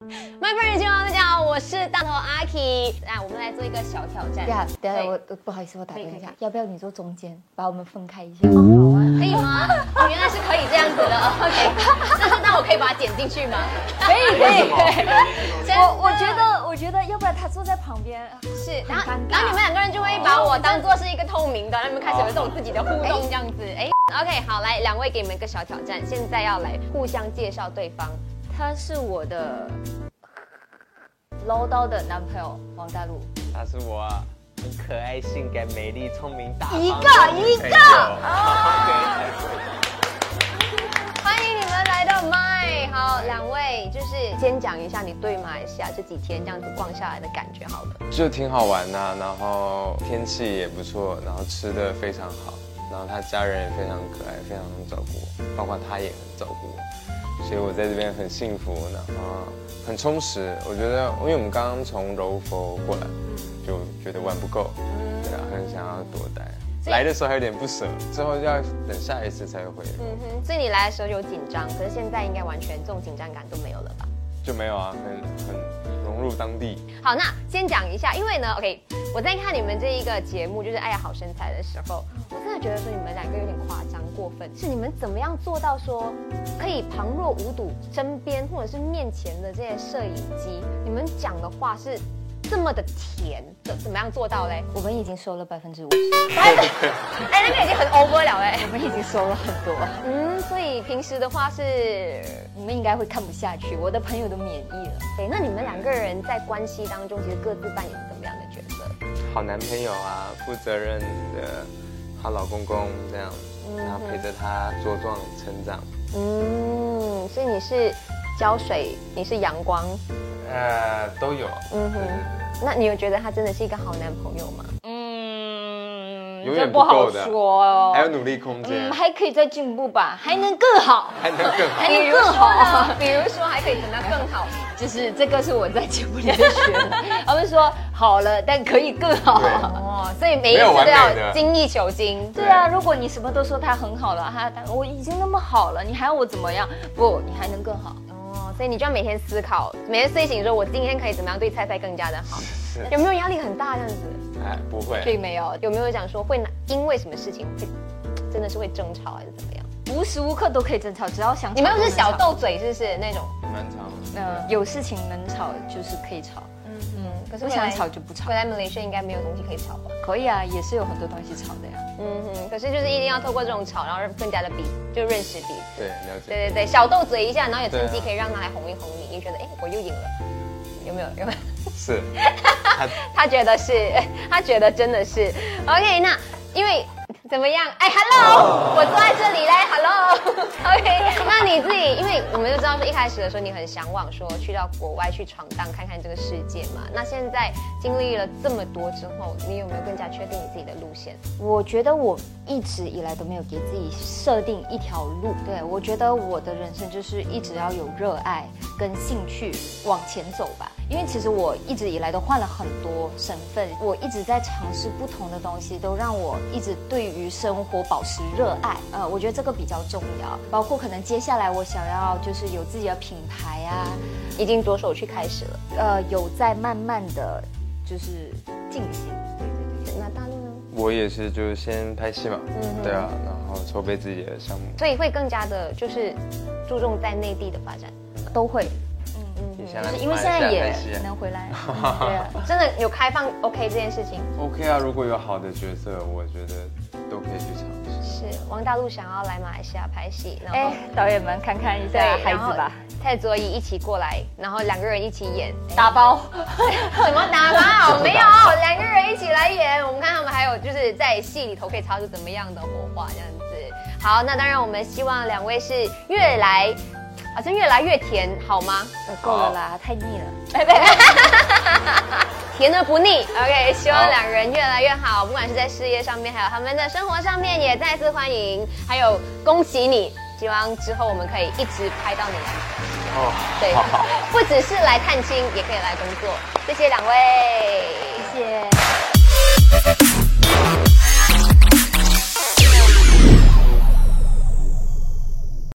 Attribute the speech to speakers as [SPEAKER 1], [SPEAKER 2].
[SPEAKER 1] My f r i e n d 大家好，我是大头阿 K。啊，我们来做一个小挑 战。
[SPEAKER 2] 呀，等下
[SPEAKER 1] 对
[SPEAKER 2] 我不好意思，我打断
[SPEAKER 1] 可以
[SPEAKER 2] 一
[SPEAKER 1] 可
[SPEAKER 2] 下
[SPEAKER 1] 以，
[SPEAKER 2] 要不要你坐中间，把我们分开一下？
[SPEAKER 1] 可以吗？哦，原来是可以这样子的。OK，那那我可以把它剪进去吗？可以，可以。
[SPEAKER 2] 我我觉得，我觉得，要不然他坐在旁边，
[SPEAKER 1] 是，然后
[SPEAKER 2] 很尴尬
[SPEAKER 1] 然后你们两个人就会把我当做是一个透明的，让你们开始有这种自己的互动这样子。哎，OK，好，来，两位给你们一个小挑战，现在要来互相介绍对方。他是我的
[SPEAKER 2] 唠叨的男朋友王大陆，
[SPEAKER 3] 他是我很可爱、性感、美丽、聪明、大方
[SPEAKER 1] 一个
[SPEAKER 3] 的
[SPEAKER 1] 一
[SPEAKER 3] 朋
[SPEAKER 1] 个
[SPEAKER 3] 友
[SPEAKER 1] 欢迎你们来到麦，好，两位就是先讲一下你对马来西亚这几天这样子逛下来的感觉好了。
[SPEAKER 4] 就挺好玩呐、啊然后天气也不错，然后吃的非常好，然后他家人也非常可爱，非常照顾我，包括他也很照顾我，所以我在这边很幸福，然后很充实。我觉得，因为我们刚刚从柔佛过来，
[SPEAKER 1] 嗯
[SPEAKER 4] 就觉得玩不够，对啊，很想要多待。
[SPEAKER 1] 嗯
[SPEAKER 4] 啊来的时候还有点不舍，之后就要等下一次才会回，
[SPEAKER 1] 嗯哼，所以你来的时候有紧张，可是现在应该完全这种紧张感都没有了吧？
[SPEAKER 4] 就没有啊，很很融入当地。
[SPEAKER 1] 好，那先讲一下，因为呢，OK，我在看你们这一个节目，就是《爱哎呀好身材》的时候，我真的觉得说你们两个有点夸张过分，是你们怎么样做到说可以旁若无睹，身边或者是面前的这些摄影机，你们讲的话是这么的甜，怎怎么样做到嘞？
[SPEAKER 2] 我们已经收了百分之五十，
[SPEAKER 1] 哎，那个已经很 over 了哎。
[SPEAKER 2] 我们已经收了很 多，
[SPEAKER 1] 嗯，所以平时的话是，
[SPEAKER 2] 你们应该会看不下去，我的朋友都免疫了。
[SPEAKER 1] 哎，那你们两个人在关系当中，其实各自扮演怎么样的角色？
[SPEAKER 4] 好男朋友啊，负责任的好老公公这样，然后陪着他茁壮成长。
[SPEAKER 1] 嗯，所以你是浇水，你是阳光，
[SPEAKER 4] 呃，都有，
[SPEAKER 1] 嗯哼。那你有觉得他真的是一个好男朋友吗？
[SPEAKER 2] 嗯，
[SPEAKER 4] 永
[SPEAKER 2] 这
[SPEAKER 4] 远
[SPEAKER 2] 不
[SPEAKER 4] 不
[SPEAKER 2] 好
[SPEAKER 4] 够的
[SPEAKER 2] 说
[SPEAKER 4] 还有
[SPEAKER 2] 哦。
[SPEAKER 4] 努力空间
[SPEAKER 2] 嗯，，还可以再进步吧，还能更好。
[SPEAKER 4] 还能更好。
[SPEAKER 1] 比
[SPEAKER 2] 能
[SPEAKER 1] 如
[SPEAKER 2] 更
[SPEAKER 1] 说
[SPEAKER 2] 好
[SPEAKER 1] 呢，哦比如说还可以怎么样更 好？
[SPEAKER 2] 就是这个是我在节目里面学的，他们说好了，但可以更好。
[SPEAKER 4] 对
[SPEAKER 1] 哦，所以每一次
[SPEAKER 4] 没有完
[SPEAKER 1] 都
[SPEAKER 4] 美的
[SPEAKER 1] 要精益求精。
[SPEAKER 2] 对啊，如果你什么都说他很好了，他他我已经那么好了，你还要我怎么样？不，你还能更好。
[SPEAKER 1] 哦，所以你就要每天思考，每天睡醒说，我今天可以怎么样对菜菜更加的好？有没有压力很大这样子？
[SPEAKER 4] 哎，不 会，
[SPEAKER 2] 并没有，
[SPEAKER 1] 有没有讲说会哪因为什么事情会真的是会争吵还是怎么样？
[SPEAKER 2] 无时无刻都可以争吵，只要想吵
[SPEAKER 1] 你们又是小
[SPEAKER 2] 就能吵，
[SPEAKER 1] 斗嘴是不是那种？
[SPEAKER 4] 蛮长。
[SPEAKER 2] 嗯，有事情能吵就是可以吵，
[SPEAKER 1] 嗯，可
[SPEAKER 2] 不想吵就不吵
[SPEAKER 1] 回。来马来西亚应该没有东西可以吵吧？
[SPEAKER 2] 可以啊，也是有很多东西吵的呀。
[SPEAKER 1] 嗯哼，可是就是一定要透过这种吵，然后更加的比就认识彼此。
[SPEAKER 4] 对，了解。
[SPEAKER 1] 对对对，小斗嘴一下，然后也趁机
[SPEAKER 4] 对啊
[SPEAKER 1] 可以让他来哄一哄你，你就觉得哎我又赢了，有没有？有没有？
[SPEAKER 4] 是，
[SPEAKER 1] 他觉得是， 他觉得真的是。OK，那因为怎么样？哎，Hello，我坐在这里嘞，Hello。OK，那 你自己，因为我们就知道是一开始的时候你很向往说去到国外去闯荡看看这个世界嘛。那现在经历了这么多之后，你有没有更加确定你自己的路线？
[SPEAKER 2] 我觉得我一直以来都没有给自己设定一条路，对我觉得我的人生就是一直要有热爱跟兴趣往前走吧。因为其实我一直以来都换了很多身份，我一直在尝试不同的东西，都让我一直对于生活保持热爱。呃，我觉得这个比较重要。包括可能接下来我想要就是有自己的品牌啊，
[SPEAKER 1] 已经着手去开始了。
[SPEAKER 2] 呃，有在慢慢的就是进行。对对对。
[SPEAKER 1] 那大陆呢？
[SPEAKER 4] 我也是，就是先拍戏嘛，
[SPEAKER 2] 嗯
[SPEAKER 4] 对啊，然后筹备自己的项目，
[SPEAKER 1] 所以会更加的就是注重在内地的发展。
[SPEAKER 2] 都会，
[SPEAKER 4] 也
[SPEAKER 2] 嗯
[SPEAKER 4] 先来
[SPEAKER 2] 嗯，因为现在也
[SPEAKER 4] 拍戏啊
[SPEAKER 2] 能回来，嗯对啊，
[SPEAKER 1] 真的有开放 OK 这件事情，
[SPEAKER 4] OK 啊。如果有好的角色，我觉得都可以去尝试。
[SPEAKER 1] 是王大陆想要来马来西亚拍戏，然后
[SPEAKER 2] 哎，导演们看看一
[SPEAKER 1] 对，
[SPEAKER 2] 下孩子吧，，
[SPEAKER 1] 蔡卓宜一起过来，然后两个人一起 演，
[SPEAKER 2] 打包，
[SPEAKER 1] 什么打 包？没有，两个人一起来演。我们看他们还有就是在戏里头可以擦出怎么样的火花，这样子。好，那当然我们希望两位是越来，好像越来越甜，好吗？
[SPEAKER 2] 呃够了啦，太腻了。
[SPEAKER 1] 甜而不腻。OK，希望
[SPEAKER 4] 好
[SPEAKER 1] 两人越来越好，不管是在事业上面，还有他们的生活上面，也再次欢迎，还有恭喜你。希望之后我们可以一直拍到你来。
[SPEAKER 4] 哦，
[SPEAKER 1] 对
[SPEAKER 4] 好好，
[SPEAKER 1] 不只是来探亲，也可以来工作。谢谢两位，谢谢。